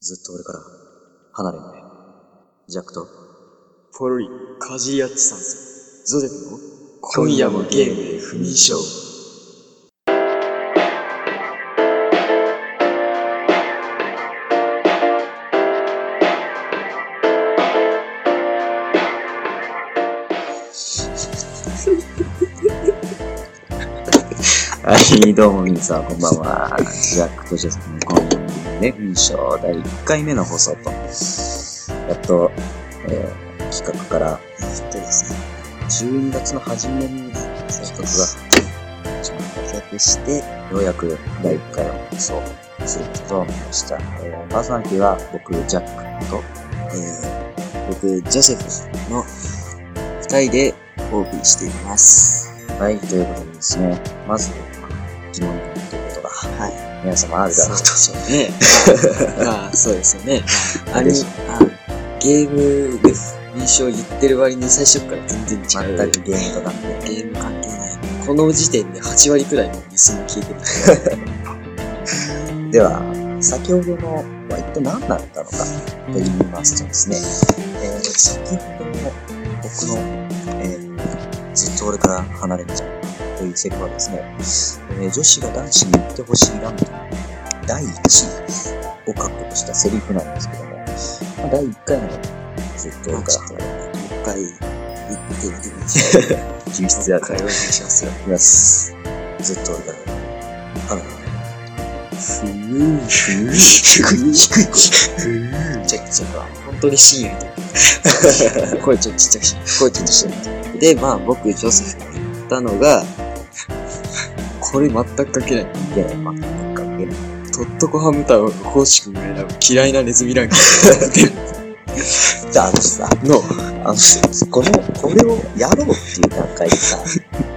ずっと俺から離れんね。ジャックとポロリ、かじり合ってたんす。ゾデブの今夜もゲームで不眠症。はい、どうも皆さん、こんばんは。ジャックとジェスの今夜のね、文章第1回目の放送と、やっと、えー企画からやっとですね、 12月の初めに企画が始まって、企画して、ようやく第1回の放送をすることになりました。えー、パーソナリティは僕、ジャックと、えー、僕、ジョセフの二人でお送りしています。はい、ということでですね、まず、疑問点ということが、はい。皆様あるだろうそうでしょうね。ああ、そうですよね。あれ嬉しい、あゲームで認証言ってる割に最初から全然違と。う。全くゲームとなって、ゲーム関係ない。この時点で8割くらいのリスも聞いてる。では、先ほどのは一体何だったのかと言いますとですね、えー、先ほどの僕の、えーずっと俺から離れちゃうというセリフはですね、えー女子が男子に言ってほしいランキング第1位を確保したセリフなんですけども、まあ、第1回のずっと俺から離れるもう一回言ってみてください。厳しやもう一回お願いしますよ。いきます。ずっと俺から離れる。ふぅ、ふぅ、低い、低いふぅ。ちょっと、ちょっと、本当に深夜に 声ちょっとちっちゃくし、声ちょっとちっちゃくし。で、まあ僕、ジョセフが言ったのが、これ全く書けない。声。いけない、まあ、なんかいけない。トットコハムタウン、コウシ君が選ぶ嫌いなネズミランキングじゃあ、あのさ、の、あの、この、これをやろうっていう段階でさ、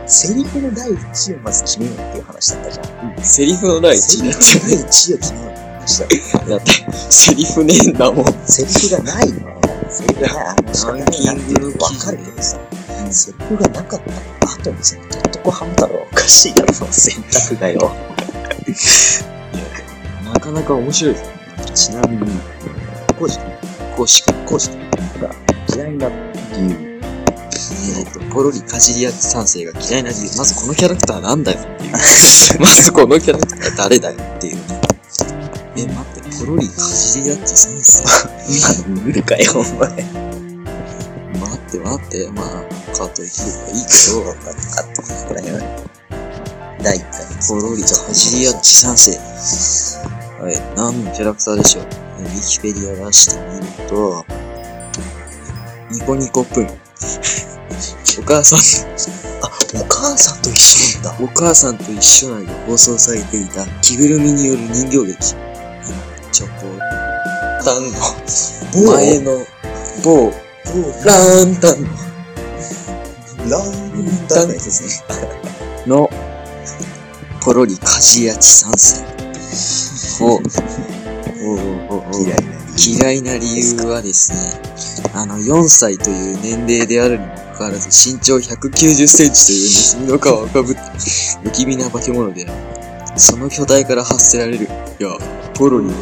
セリフの第1位をまず決めようっていう話だったじゃん。セリフのない1位になっセちリフの第1位を決めようって話だった。ゃう。だって、セリフねえんだもん。セリフがないのは、セリフがない、あの、仕方ないなっていうの分かるけどさ、セリフがなかった後にさ、とっとこはむだろう、おかしいやつの選択だよ。なかなか面白いです。ちなみに、コウジ君、コウシ君。コウジ君が嫌いな理由、えー、と、ポロリかじり合って三世が嫌いな理由。まずこのキャラクターなん だよっていう。まずこのキャラクター誰だよっていう。え、待って、ポロリかじり合って三世あの、見るかよ、お前。待って待って、まあ、カート生きればいいけそうだったかって、これは。第1回。ど、ポロリかじり合って三世。はい、何のキャラクターでしょう。ウィキペディア出してみると、ニコニコプン。お母さんお母さんと一緒なんだ。お母さんと一緒内で放送されていた着ぐるみによる人形劇。チョコ、タンの前の某ランタンランダムですね。のポロリカジヤチ参戦。を、 おうおうおう嫌いな理由。嫌いな理由はですね、あの、4歳という年齢であるにもかかわらず、身長190センチというネズミの皮をかぶった不気味な化け物である。その巨体から発せられる、いや、ポロリの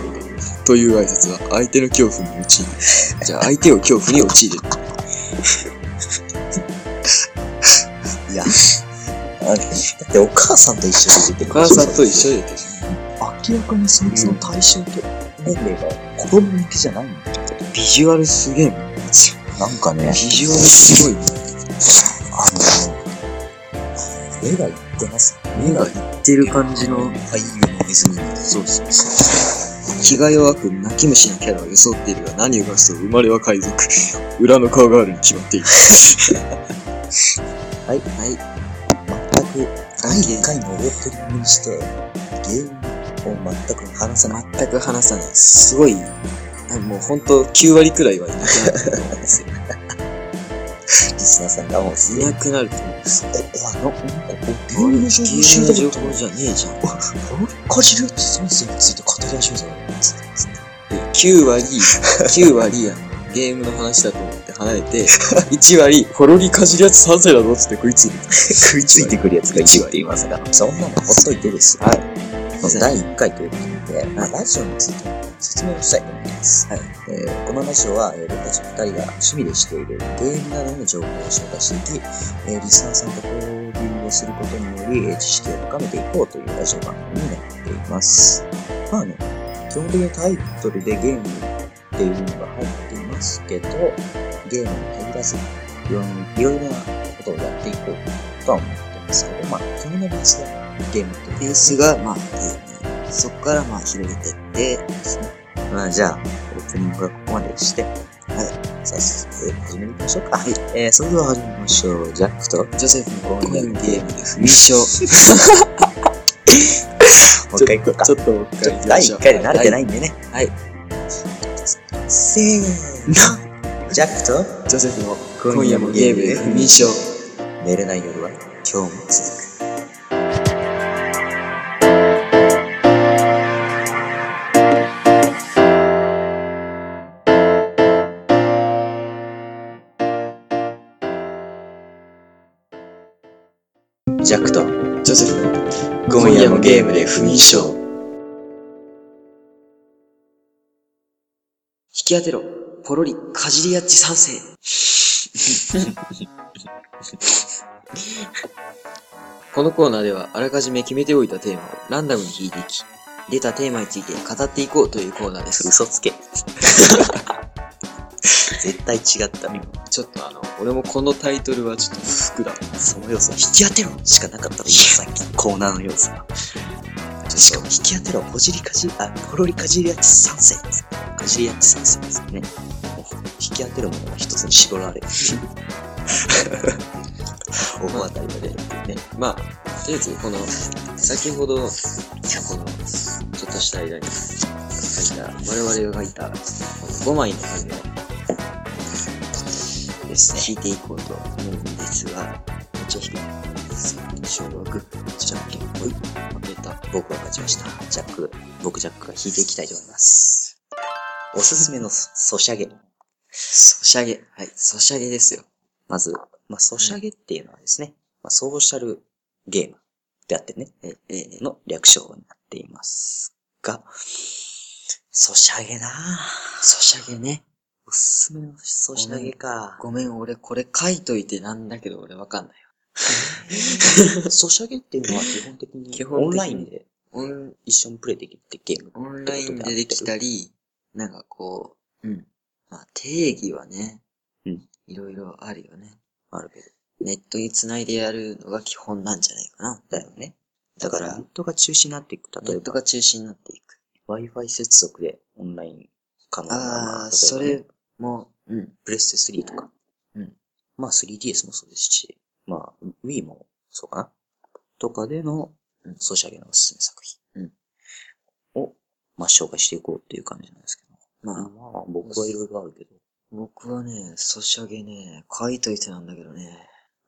という挨拶は相手の恐怖に陥る。じゃあ、相手を恐怖に陥れる。いや。だってお母さんと一緒で出てお母さんと一緒で出てる。明らかにそいつの対象と年齢が子供向けじゃないんだよ。ビジュアルすげえもん。なんかねビ、ジュアルすごいもん。あの、目がいってます。目がいっっててるる感じの俳優のネズミ。そうそうそう。気が弱く泣き虫のキャラを装っているが何を隠そう生まれは海賊裏の顔があるに決まっているはいはい全く、第1回のオープニングにして、ゲームを全く話さない。全く話さないすごいあもうほんと9割くらいはいなくなると思うんですよリスナーさんがもうすいげえなくなると思うんですよえ、あの、なんか、ゲームの情報知りたのか情った報じゃねえじゃんかじるって先生について語り始めたのつってつって9割9割あのゲームの話だと思って離れて1割ほろりかじるやつ賛成だぞっつって食いついて食いついてくるやつがいるって言いますが、そんなのほっといてです。はい。まず第1回ということで、まあ、ラジオについて説明をしたいと思います。はいえーこのラジオは、えー僕たち2人が趣味でしているゲームなどの情報を紹介していき、えーリスナーさんと交流をすることにより、えー知識を深めていこうというラジオ番組になっています。まあね、基本的にタイトルでゲームっていうのが入っていますけど、ゲームに限らず、いろいろなことをやっていこうとは思ってますけど、まあ、基本のベースがゲームっていうベースが、まあ、ゲーム。そこから、まあ、広げてって、まあじゃあ、オープニングはここまでして、はい、早速始めていきましょうか。はい。えー、それでは始めましょう。ジャックと、ジョセフのゴールデンゲームで不眠症。 もう一回行こうか。ちょっと、もう一ちょ回っと行きま第しょ1う回で慣れてないんでね。はい。せーの。ジャックと、ジョセフの今夜もゲームで不眠症。寝れない夜は今日も続く。ジャックとジョセフの今夜もゲームで不眠症。引き当てろ、ポロリ、かじりやっち賛成。このコーナーではあらかじめ決めておいたテーマをランダムに引いていき、出たテーマについて語っていこうというコーナーです。嘘 つけ絶対違ったねちょっとあの、俺もこのタイトルはちょっと不服だ。その要素は引き当てろしかなかったのよさっきコーナーの要素はしかも引き当てろほじりかじあポロリかじりやち賛成かじりやち賛成ですねもう引き当てるものが一つに絞られる 大当たりが出るっていうねまあ、とりあえず、この、先ほど、この、ちょっとした間に書いた、我々が書いた、この5枚の紙をですね引いていこうと思うんですが、めっちゃ引く。小学、じゃんけんぽい負けた。僕は勝ちましたジャック僕ジャックが引いていきたいと思いますおすすめのそソシャゲソシャゲ。はい、ソシャゲですよ。まず、まあ、ソシャゲっていうのはですね、まあ、ソーシャルゲームであってね、えーの略称になっていますが、ソシャゲなぁ。ソシャゲね。おすすめのソシャゲか。ごめん、俺これ書いといてなんだけど俺わかんないよ。 ソシャゲっていうのは基本的に基本オ的にンラインでオン、一緒にプレイできるってゲーム。オンラインでできたり、なんかこう、うん。まあ、定義はね、うん。いろいろあるよね。あるけど。ネットにつないでやるのが基本なんじゃないかな。だよね。だから、ネネットが中止になっていく。例ネえットば、が中心になっていく。 Wi-Fi 接続でオンライン可能な例えああ、ばそねれも、うん。プレステ3とか。うん。まあ 3DS もそうですし、まあ Wii もそうかな。とかでの、うん、ソシャゲのおすすめ作品。うん。を、まあ紹介していこうっていう感じなんですけど。まあ、まあ僕はいろいろあるけど。僕はね、ソシャゲね、書いといてなんだけどね、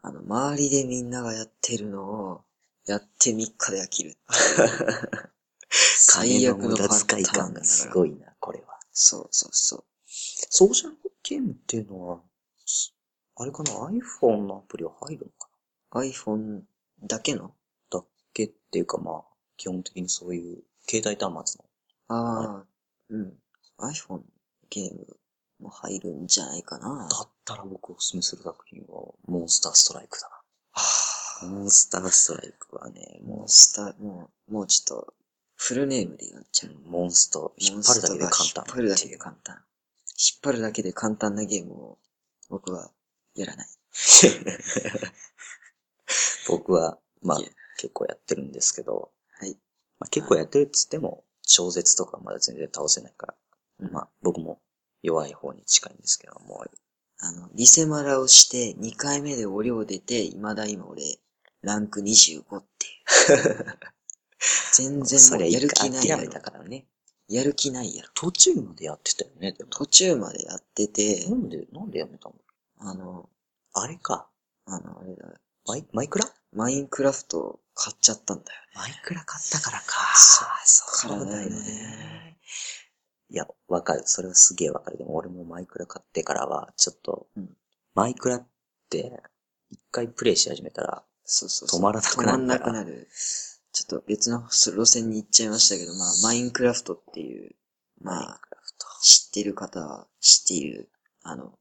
あの、周りでみんながやってるのを、やって3日で飽きる。 最悪金の無パ駄タ遣いー感ンだがかすら。ごいな、これは。そうそうそう。ソーシャルゲームっていうのは、すあれかな ?iPhone のアプリは入るのか iPhone だけのなだっけっていうかまあ、基本的にそういう携帯端末のああ、うん。iPhone ゲームも入るんじゃないかな。だったら僕おすすめする作品は、モンスターストライクだな。モンスターストライクはね、モもンスター、もう、もうちょっと、フルネームでやっちゃう。う、モンスター、引っ張るだけで簡単。モンスターが引っ張るだけで簡単。引っ張るだけで簡単なゲームを、僕は、やらない。僕は、まあいや、結構やってるんですけど、はい。まあ、結構やってるっつっても、超絶とかまだ全然倒せないから、まあ、僕も弱い方に近いんですけど、もう、あの、リセマラをして、2回目で俺を出て、未だ今俺、ランク25っていう。 全然そもれういいやるか気ない諦やろめ。たからね。やる気ないやろ。途中までやってたよね、でも。途中までやってて、なんで、なんでやめたのあの、あれか。あの、あれだ、マイ、マイクラマインクラフト買っちゃったんだよね。マイクラ買ったからか。そうそうからだよね。いや、わかる。それはすげえわかる。でも俺もマイクラ買ってからは、ちょっと、うんマイクラって、一回プレイし始めたら、そうそうそ止う。まらなくな止まんるなかくら。なる。ちょっと別の路線に行っちゃいましたけど、まあ、マインクラフトっていう、まあ、知ってる方は知っている、あの、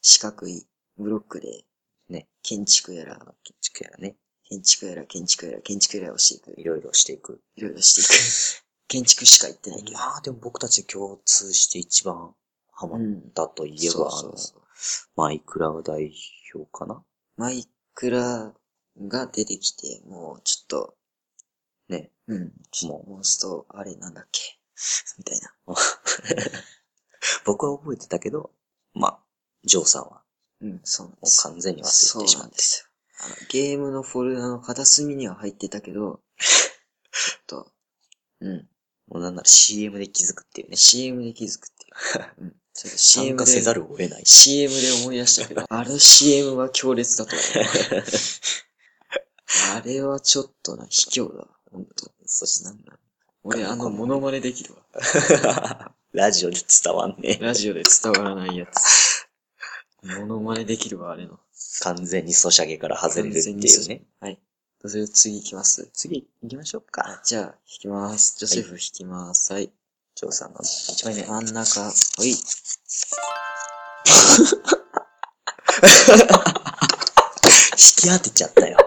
四角いブロックで、ね、建築やら、建築やらね、建築やら、建築やら、建築やらをしていく。いろいろしていく。いろいろして いく。建築しか言ってないけど。まあ、でも僕たち共通して一番ハマっん。たといえば、そうそうそうあのマイクラの代表かなマイクラが出てきて、もうちょっと、ね。うん、ちょっもとモンスト、あれなんだっけみたいな。僕は覚えてたけど、まあ、ジョーさんはうん、そうなんでもうす。完全に忘それうてしまなっんてで。すよ。あの、ゲームのフォルダの片隅には入ってたけど、ちょっと、うん、もうなんなら CM で気づくっていうね。 CM で気づくっていう。うん、ちょっと参 CM で加、せざるを得ないし。 CM で思い出した けど、あの CM は強烈だと思う。あれはちょっとな、卑怯だ、ほんと。そしてなんだ俺、あの、モノマネできるわ。ラジオで伝わんねえ。ラジオで伝わらないやつ。モノマネできるわ、あれの。完全にソシャゲから外れるって完全いうねに。はい。それで次行きます。次行きましょうか。じゃあ、引きます。ジョセフ引きます。はい。ジョーさんの一枚目。真ん中、おい。引き当てちゃったよ。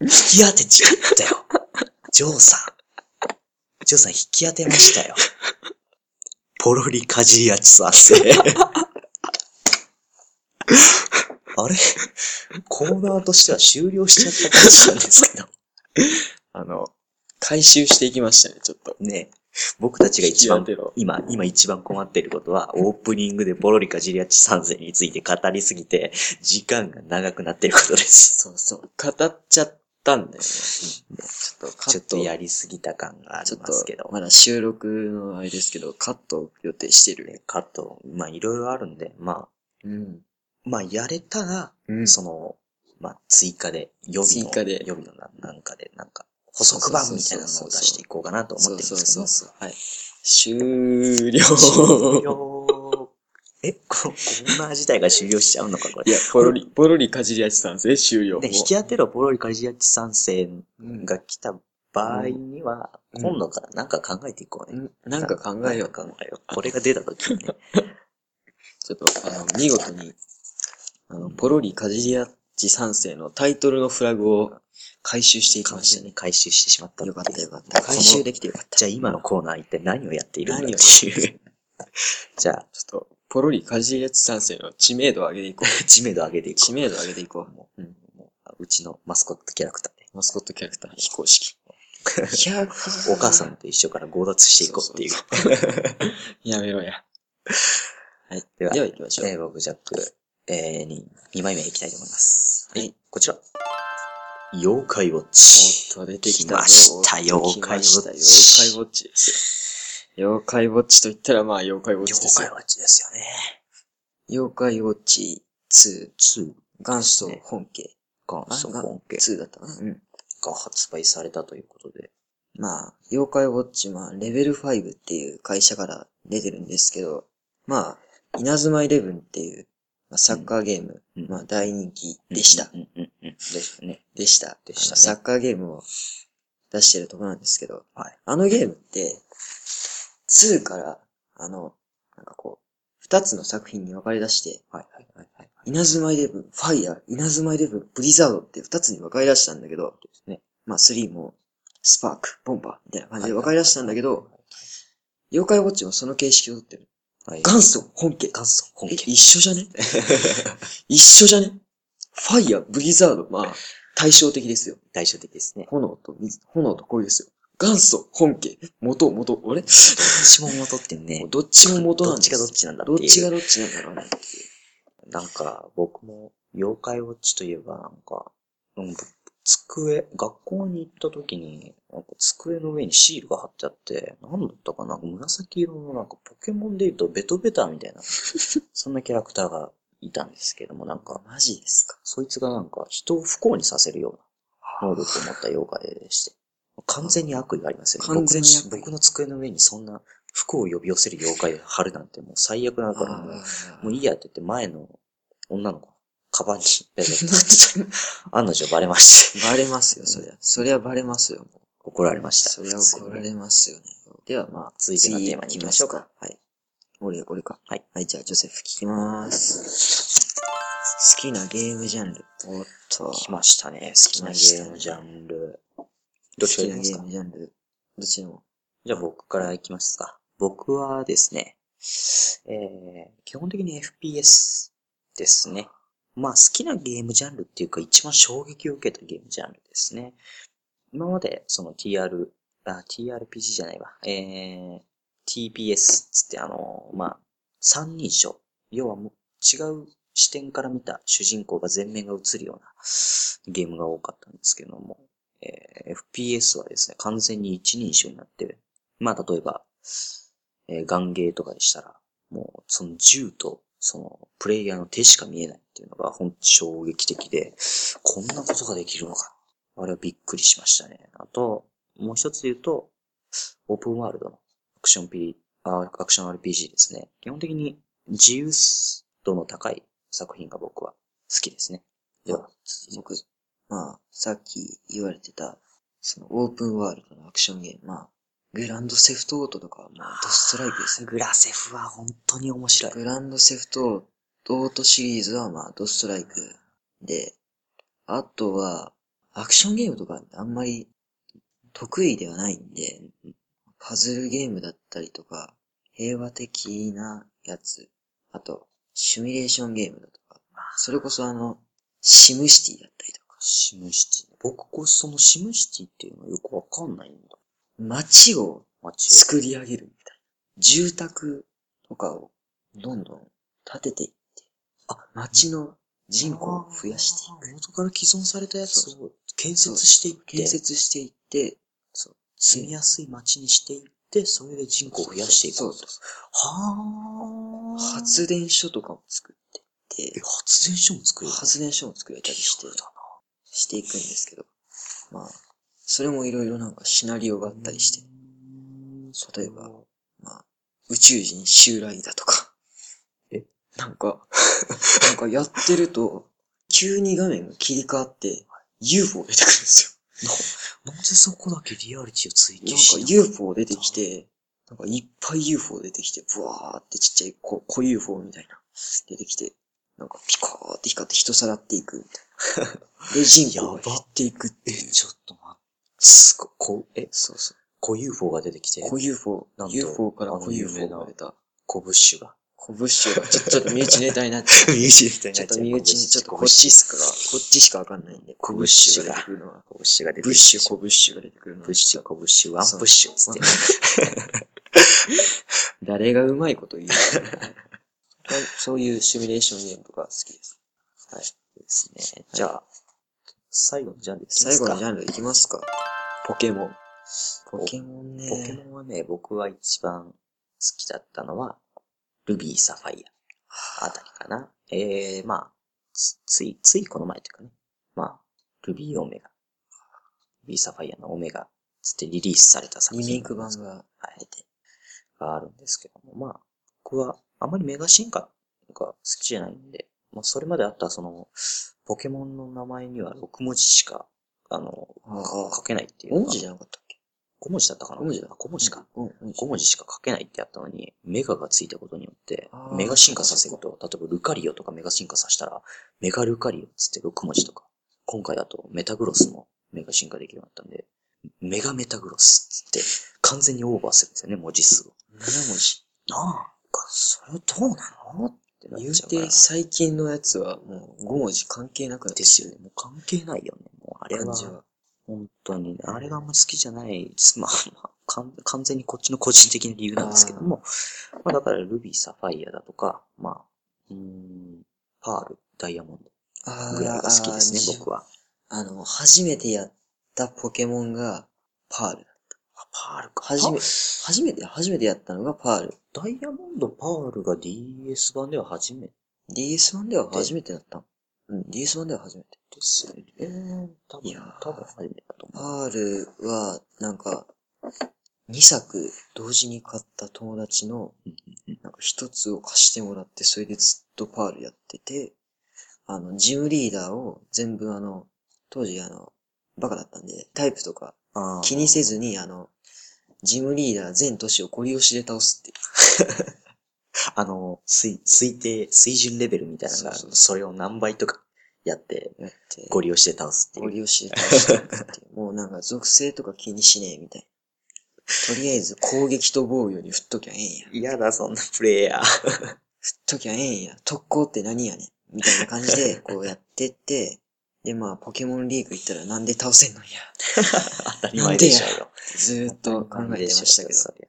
引き当てちゃったよ。ジョーさん。ジョーさん引き当てましたよ。ポロリカジリアチさんって。あれコーナーとしては終了しちゃった感じなんですけど。あの、回収していきましたね、ちょっと。ね僕たちが一番引き当てろ今、今一番困っていることは、オープニングでボロリカジリアチ三世について語りすぎて、時間が長くなっていることです。そうそう。語っちゃったんだよね。ちょっとカちょッっとト。やりすぎた感があちりょっますけとど、。まだ収録のあれですけど、カットを予定してる。ねカット、まあいろいろあるんで、まうん。あ、まあやれたら、うんその、まあ追加で、予備の、追加で予備のななんかで、なんか、補足版みたいなのを出していこうかなと思ってそるんうですけそうど。そうそう。はい。終了。終了。 え、このコーナー自体が終了しちゃうのか、こ いれ。や、ポロリ、ポロリかじり味さんですね、終了。で、もう引き当てろ、ボロリカジアチ三世うんが来た場合には、うん今度からなんか考えていこうね。んなんか考えよなうんかか考えよう。これが出た時にね。ちょっと、あの、見事に、あの、ポロリかじり味三世のタイトルのフラグを回収していき完ました全ね。に回収してしまったていようかったよかった。回収できてよかった。じゃあ今のコーナー一体何をやっているんだ何をっていう。 じゃあ、ちょっと、ポロリかじりやつ三世の知名度を上げていこう。知名度を上げていこ知名度を上げていこう。もう。うん。うもううちのマスコットキャラクターで。マスコットキャラクター、非公式。お母さんと一緒から強奪していこうっていう。やめろや。はい。ではでは行きましょう。えー僕、ジャック、えー、に2枚目いきたいと思います。はい。こちら。妖怪ウォッチ。おっと、出てきた来ましたぞ妖怪ウォッチ来ました妖怪ウォッチですよ。妖怪ウォッチと言ったら、まあ、妖怪ウォッチで妖す怪よ。ウォッチですよね。妖怪ウォッチ2、 2元祖本家。が、そこんけ2だったかな。うん。が発売されたということで。まあ、妖怪ウォッチ、まあ、レベル5っていう会社から出てるんですけど、まあ、稲妻イレブンっていう、まあ、サッカーゲーム、うんまあ、大人気でした。うんうんうん。ですね。でした。でしたねあのサッカーゲームを出してるとこなんですけど、はいあのゲームって、2から、あの、なんかこう、2つの作品に分かれ出して、はいはいはいはい。稲妻イレブン、ファイヤー、稲妻イレブン、ブリザードって2つに分かれ出したんだけど、ですね。まあ3も、スパーク、ボンバーみたいな感じで分かれ出したんだけど、、妖怪ウォッチもその形式を取ってる。はい。元祖、本家。元祖本え、家。一緒じゃね 一緒じゃねファイヤー、ブリザード、まあ、対照的ですよ。対照的です ね。炎と水、炎と恋ですよ。元祖、本家、元、元、俺 どどっちも元ってね。っちも元などんっでちすがどっちなんだどっってちいがう。どっちなんだろうね。なんか、僕も、妖怪ウォッチといえば、なんか、うん机、学校に行った時に、なんか机の上にシールが貼ってあって、なんだったかな、なんか紫色のなんかポケモンで言うとベトベタみた いな、そんなキャラクターがいたんですけども、なんか、マジですか。そいつがなんか人を不幸にさせるような能力を持った妖怪でして、完全に悪意がありますよね。完全に悪意僕の僕の机の上にそんな不幸を呼び寄せる妖怪を貼るなんてもう最悪だからもう、もういいやって言って前の女の子、カバンにベロ ッと入ってちゃう。案の定バレまして、バレますよ、そりゃ。そりゃバレますよ、もう。怒られました。そりゃ怒られますよね。では、まあ、続いてのテーマに行きましょうか。はい。俺、俺か。はい。はい、じゃあ、ジョセフ聞きまーす。好きなゲームジャンル。おっと。来ましたね。好きなゲームジャンル。どっち好がいききまなゲすーかムジャンル。どっちでも。じゃあ僕からいきますか。僕はですね、えー、基本的に FPS ですね。まあ好きなゲームジャンルっていうか一番衝撃を受けたゲームジャンルですね。今までその TR、あ、TRPG じゃないわ。えー、TPS つってあのまあ、三人称。要はもう違う視点から見た主人公が全面が映るようなゲームが多かったんですけども、えー FPS はですね、完全に一人称になってる。まあ、例えば、えーガンゲーとかでしたら、もう、その銃と、その、プレイヤーの手しか見えないっていうのが、ほんと衝撃的で、こんなことができるのか。あれはびっくりしましたね。あと、もう一つ言うと、オープンワールドのアクション P、あアクション RPG ですね。基本的に自由度の高い作品が僕は好きですね。では、続いて僕、まあ、さっき言われてた、そのオープンワールドのアクションゲーム、まあ、グランドセフトオートとかはもうドストライクですね。グラセフは本当に面白い。グランドセフトオートシリーズはまあドストライクで、あとはアクションゲームとかあんまり得意ではないんで、パズルゲームだったりとか、平和的なやつ、あとシミュレーションゲームだとか、それこそあの、シムシティだったりとか、シムシティね。僕こそのシムシティっていうのはよくわかんないんだ。街を街作り上げるみたいな。住宅とかをどんどん建てていって、あ、街の人口を増やしていく。く。元から既存されたやつそを建設していって、建設していって、住みやすい街にしていって、それで人口を増やしていく。そうそうそはうぁ発電所とかも作ってって、発電所も作れる。発電所も作れたりして、だな。していくんですけど、まあ、それもいろいろなんかシナリオがあったりして、例えばまあ、宇宙人襲来だとか。えなんか、なんかやってると、急に画面が切り替わって、UFO 出てくるんですなぜそこだけリアリティを追よ。求しなんなか UFO 出てきて、なんかいっぱい UFO 出てきて、ブワーってちっちゃい小小 UFO みたいな、出てきて、なんかピカーって光って人さらっていくみたい な。で、人口が減っていくってえ、いう。ちょっと待って。すごい、こう、え、そうそう。小 UFO が出てきて、小 UFO なん、と UFO からあ小の有名 UFO なが出た。小ブッシュ が。小物資が、ちょちょっと身内ネタになっちゃう。身内みたいちょっと身内にちょっとこっちしか、こっちしかわかんないんで、こぶぶっっししゅゅがが出て出てくるのは、こぶしが出てブッシュ、こぶっしゅが出てくるのはブッ、シュ、こぶし、ワンプッシュっつって。 誰がうまいこと言うの そういうシミュレーションゲームとか好きです。ですね。じゃあ、最後のジャンルいきま最す後かのジャンルいきますか。ポケモン。ポケモンね。ポケモンはね、僕は一番好きだったのは、ルビー、サファイアあたりかな。えー、まあ、つつい、ついこの前というかね。まあ、ルビーオメガ。ルビー、サファイアのオメガ、つってリリースされた作品。リメイク版がはい。があるんですけども、まあ、僕はあまりメガ進化が好きじゃないんで、まあ、それまであったその、ポケモンの名前には6文字しか、あの、ああ書けないっていう5の文が。字じゃなかったっけ5文字だったかな五文字だあ五文字か。。うん、うん5文字しか書けないってやったのに、メガがついたことによってあ、ーメガ進化させると、例えばルカリオとかメガ進化させたら、メガルカリオっつって6文字とか、今回だとメタグロスもメガ進化できるようになったんで、メガメタグロスっつって完全にオーバーするんですよね、文字数を。 7文字。なんか、それどうなのってなっ言うちゃうからて、最近のやつはもう5文字関係なくなってできすてよねる。もう関係ないよね。もうあれ感は、じは。本当にね、あれがあんま好きじゃない、まあ、まあ完完全にこっちの個人的な理由なんですけども、まあだからルビー、サファイアだとか、まあ、うーん、パール、ダイヤモンあドぐらいが好きですね、僕は。は。あの、初めてやったポケモンが、パール。パールか。初め、あ初めて、初めてやったのがパール。ダイヤモンド、パールが DS 版では初めて DS 版では初めてだったの。うん、DS 版では初めて。ですよね。えー、多いや分ー、多分初めてだと思う。パールは、なんか、2作同時に買った友達のうんうん、なんか一つを貸してもらって、それでずっとパールやってて、あの、ジムリーダーを全部あの、当時あの、バカだったんで、タイプとかああ。気にせずにあの、ジムリーダー全都市をゴリ押しで倒すっていう。あの、推、推定、水準レベルみたいなのがあるそうそうそれを何倍とかやって、やってゴリ押しで倒すってゴいう。リ押しで倒していくって いう。もうなんか属性とか気にしねえみたいな。とりあえず攻撃と防御に振っときゃええんや。振っ嫌だ、そんなプレイ ヤー。ときゃええんや。特攻って何やねん。みたいな感じ で、こうやってって、でまあポケモンリーグ行ったらなんで倒せんのや。当たり前でしょうよ。ずーっと考えてましたけど。そり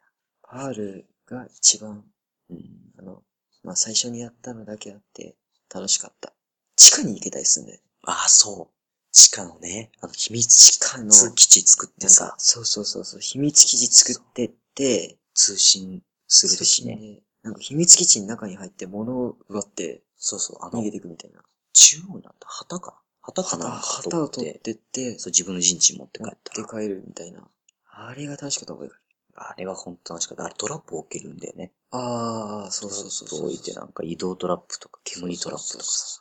パールが一番、ゃあの、まあ最初にやったのだけあって楽しかった。地下に行けたりすんだよ。ああ、そう。地下のね、あの、秘密地下の基地作ってなんさか、そうそうそうそう、秘密基地作ってって、通信するときね。ね。なんか秘密基地の中に入って物を奪ってそうそう、あ逃のげ、ていくみたいな。中央にあった旗か。旗か旗な旗を取っ。てって、そう、自分の陣地に持って帰持っった。て帰るみたいな。あれが楽しかった覚えがあれは本当楽しかった。あれトラップ置けるんだよね。ある。ああ、そうそうそうそう。置いてなんか移動トラップとか煙トラップそとうかそさ。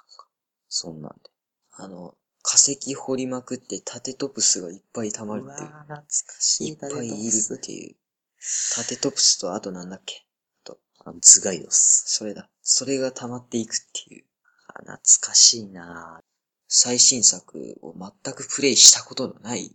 そんなんで。あの、化石掘りまくって縦トプスがいっぱい溜まるっていう。懐かしいっぱいいるっていう。縦トプスとあとなんだっけあの、ズガイドス。それだ。それが溜まっていくっていう。あ懐かしいなぁ。最新作を全くプレイしたことのない、こ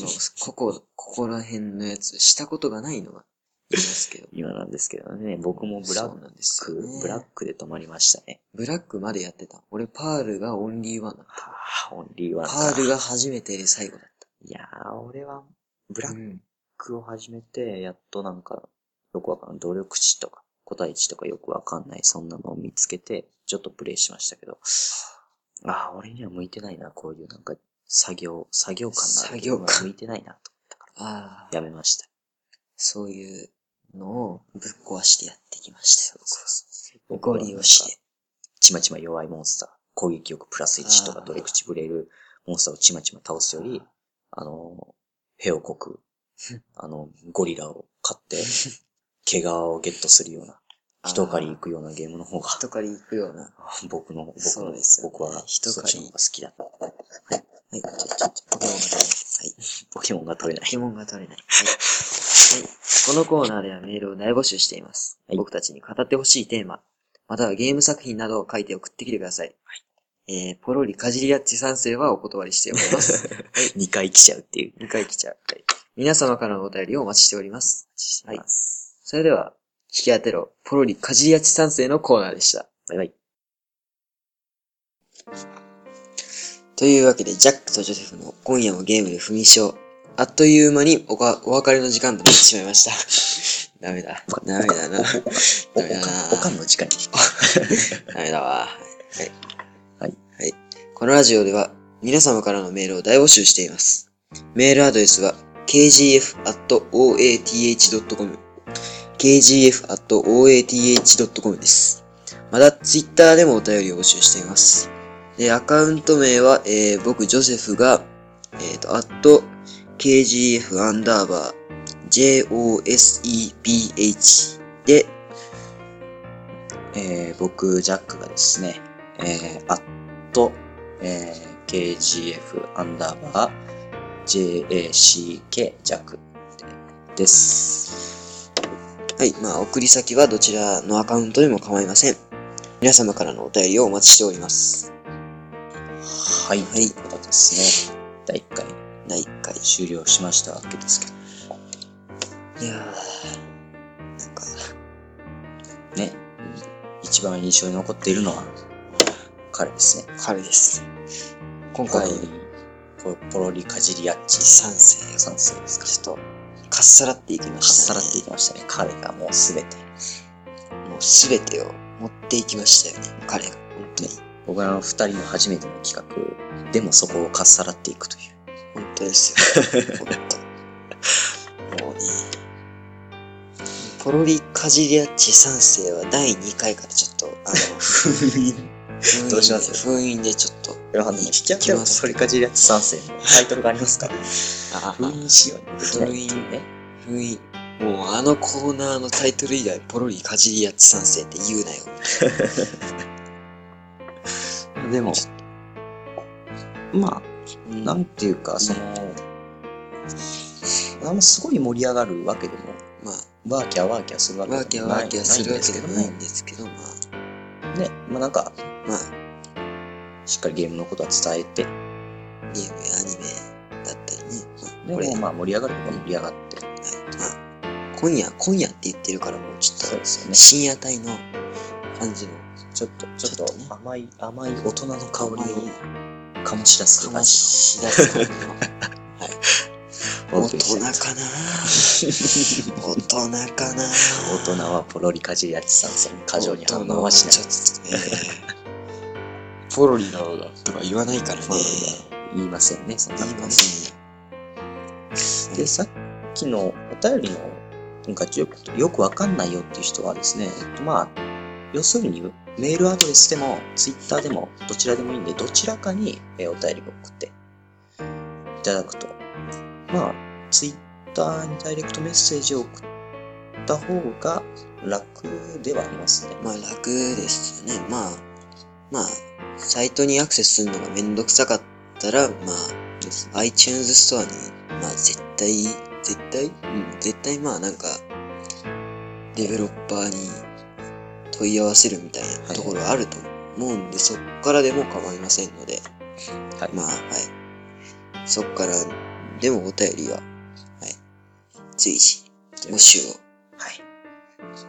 の、ここ、ここら辺のやつ、したことがないのが、いますけど今なんですけどね、僕もブラそうッなんですよク、ねブラックで止まりましたね。ブラックまでやってた。俺、パールがオンリーワンだった。はぁ、オンリーワンパか。ールが初めてで最後だっいやぁ、俺は、ブた。ラッん。クを始めて、やっとなんか、よくわかんない。努力値とか、個体値とかよくわかんない、そんなのを見つけて、ちょっとプレイしましたけど、ああ、俺には向いてないな、こういうなんか、作業、作業感のある作業感向いてないな、と。ああ、やめました。そういうのをぶっ壊してやってきましたよ。僕ゴはリをして。ちまちま弱いモンスター、攻撃力プラス1とかあー努力値ブレるモンスターをちまちま倒すより、あの、ヘをこく、あの、ゴリラを飼 って、毛皮をゲットするような、一狩り行くようなゲームの方が、人から行くような。僕の、僕その、うですよね僕は、一狩りそっちの方が好きだった。はい、ちょ、ちょ、ちょポケモンが取れない。はい。ポケモンが取れない。ポケモンが取れない。はい。はい、このコーナーではメールを大募集しています。はい僕たちに語ってほしいテーマ、またはゲーム作品などを書いて送ってきてください。えー、ポロリかじりやっち賛成はお断りし ております。 2回来ちゃうっていう。 2回来ちゃう。皆様からのお便りをお待ちしております。はい。それでは、引き当てろ、ポロリかじりやっち賛成のコーナーでした。バイバイ。というわけで、ジャックとジョセフの今夜もゲームで不眠症。あっという間におかお別れの時間となってしまいました。 ダメだ。ダメだな。お、ダおメだなか、おかんの時間に。ダメだわ。はい。はい。はい。このラジオでは皆様からのメールを大募集しています。メールアドレスは kgf.oath.com kgf.oath.com です。また、ツイッターでもお便りを募集しています。で、アカウント名は、えー僕、ジョセフが、えっ、と、アット、kgf アンダーバー、joseph で、えー僕、ジャックがですね、えー、アット、えー KGF アンダーバー JACK ジャックです。はい。まあ、送り先はどちらのアカウントでも構いません。皆様からのお便りをお待ちしております。はい。ということですね。第1回第1回。終了しましたわけですけどいやー、なんか、ね。一番印象に残っているのは、彼ですね。彼です。今ポロ回、リ、ポロポロリカジリアッチ賛成賛成ですか。ちょっと、かっさらっていきまかっしさた、ね。らっていきましたね。彼がもうすべて。もうすべてを持っていきましたよね。彼が、本当に。僕らの二人の初めての企画でもそこをかっさらっていくという。本当ですよ。 本当。もうね、ポロリカジリアッチ三世は第2回からちょっと、あの、封印。封印 どうします封印でちょっと、いや、あの、引き当てはそれかじりやつ3世のタイトルがありますから。あ封印しようにできないっていうね。封印。もうあのコーナーのタイトル以外、ポロリかじりやっち賛成って言うなよ。でも、まうあ、んなんていうか、その、あんますごい盛り上がるわけでも、まあ、ワーキャーワーキャーするわけワーキでャーもワなーいキャなーいすんるわでけすけでもどないもん、ですけど、まあ、ね、まあなんか、まあ、しっかりゲームのことは伝えて、ゲームやアニメだったりね、まあ、でこれ、もまあ盛り上がるとこは盛り上がって、はいまあ、今夜、今夜って言ってるからもうちそょうっですよと、ね。深夜帯の感じの、ちょっと、ちちょょっっとねと甘い、甘い大人の香甘いりを醸し出す感悲じしだす感じの、 の大人 かな大人かな大人はポロリかじりやってたんですよ。過剰に大反人応はしない。ちょ っとねポロリの方がとか言わないからね言いませんね、そんな言こいとませんよで、さっきのお便りの、なんかよく、よくわかんないよっていう人はですね、えっとまあ、要するに、メールアドレスでも、ツイッターでも、どちらでもいいんで、どちらかにえーお便りを送っていただくと。まあ、ツイッターにダイレクトメッセージを送った方が楽ではありますね。まあ楽ですねまあまあサイトにアクセスするのがめんどくさかったらまあ iTunes ストアにまあ絶対絶対うん絶対まあなんかデベロッパーに問い合わせるみたいなところはあると思うんで、そっからでも構いませんのではい。まあ、はい。そっから、でもお便りは、はい。随時、募集を。はい。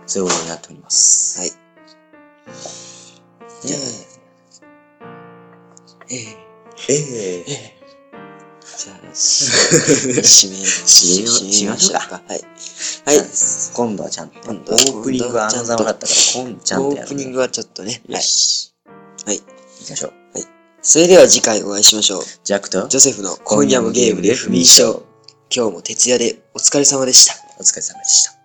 そういうことになっております。はい。じゃええ。あ、ええじゃ あ、締め、締め、締めを締めましょうか。はい。はい。今度はちゃんと、オ今度はープニングはあのざまだったから、今ちゃんオとやーるプね。ニングはちょっとね。はよい。し。はい。行きましょう。それでは次回お会いしましょう。ジャックと、ジョセフの今夜もゲームで不眠症。今日も徹夜でお疲れ様でした。お疲れ様でした。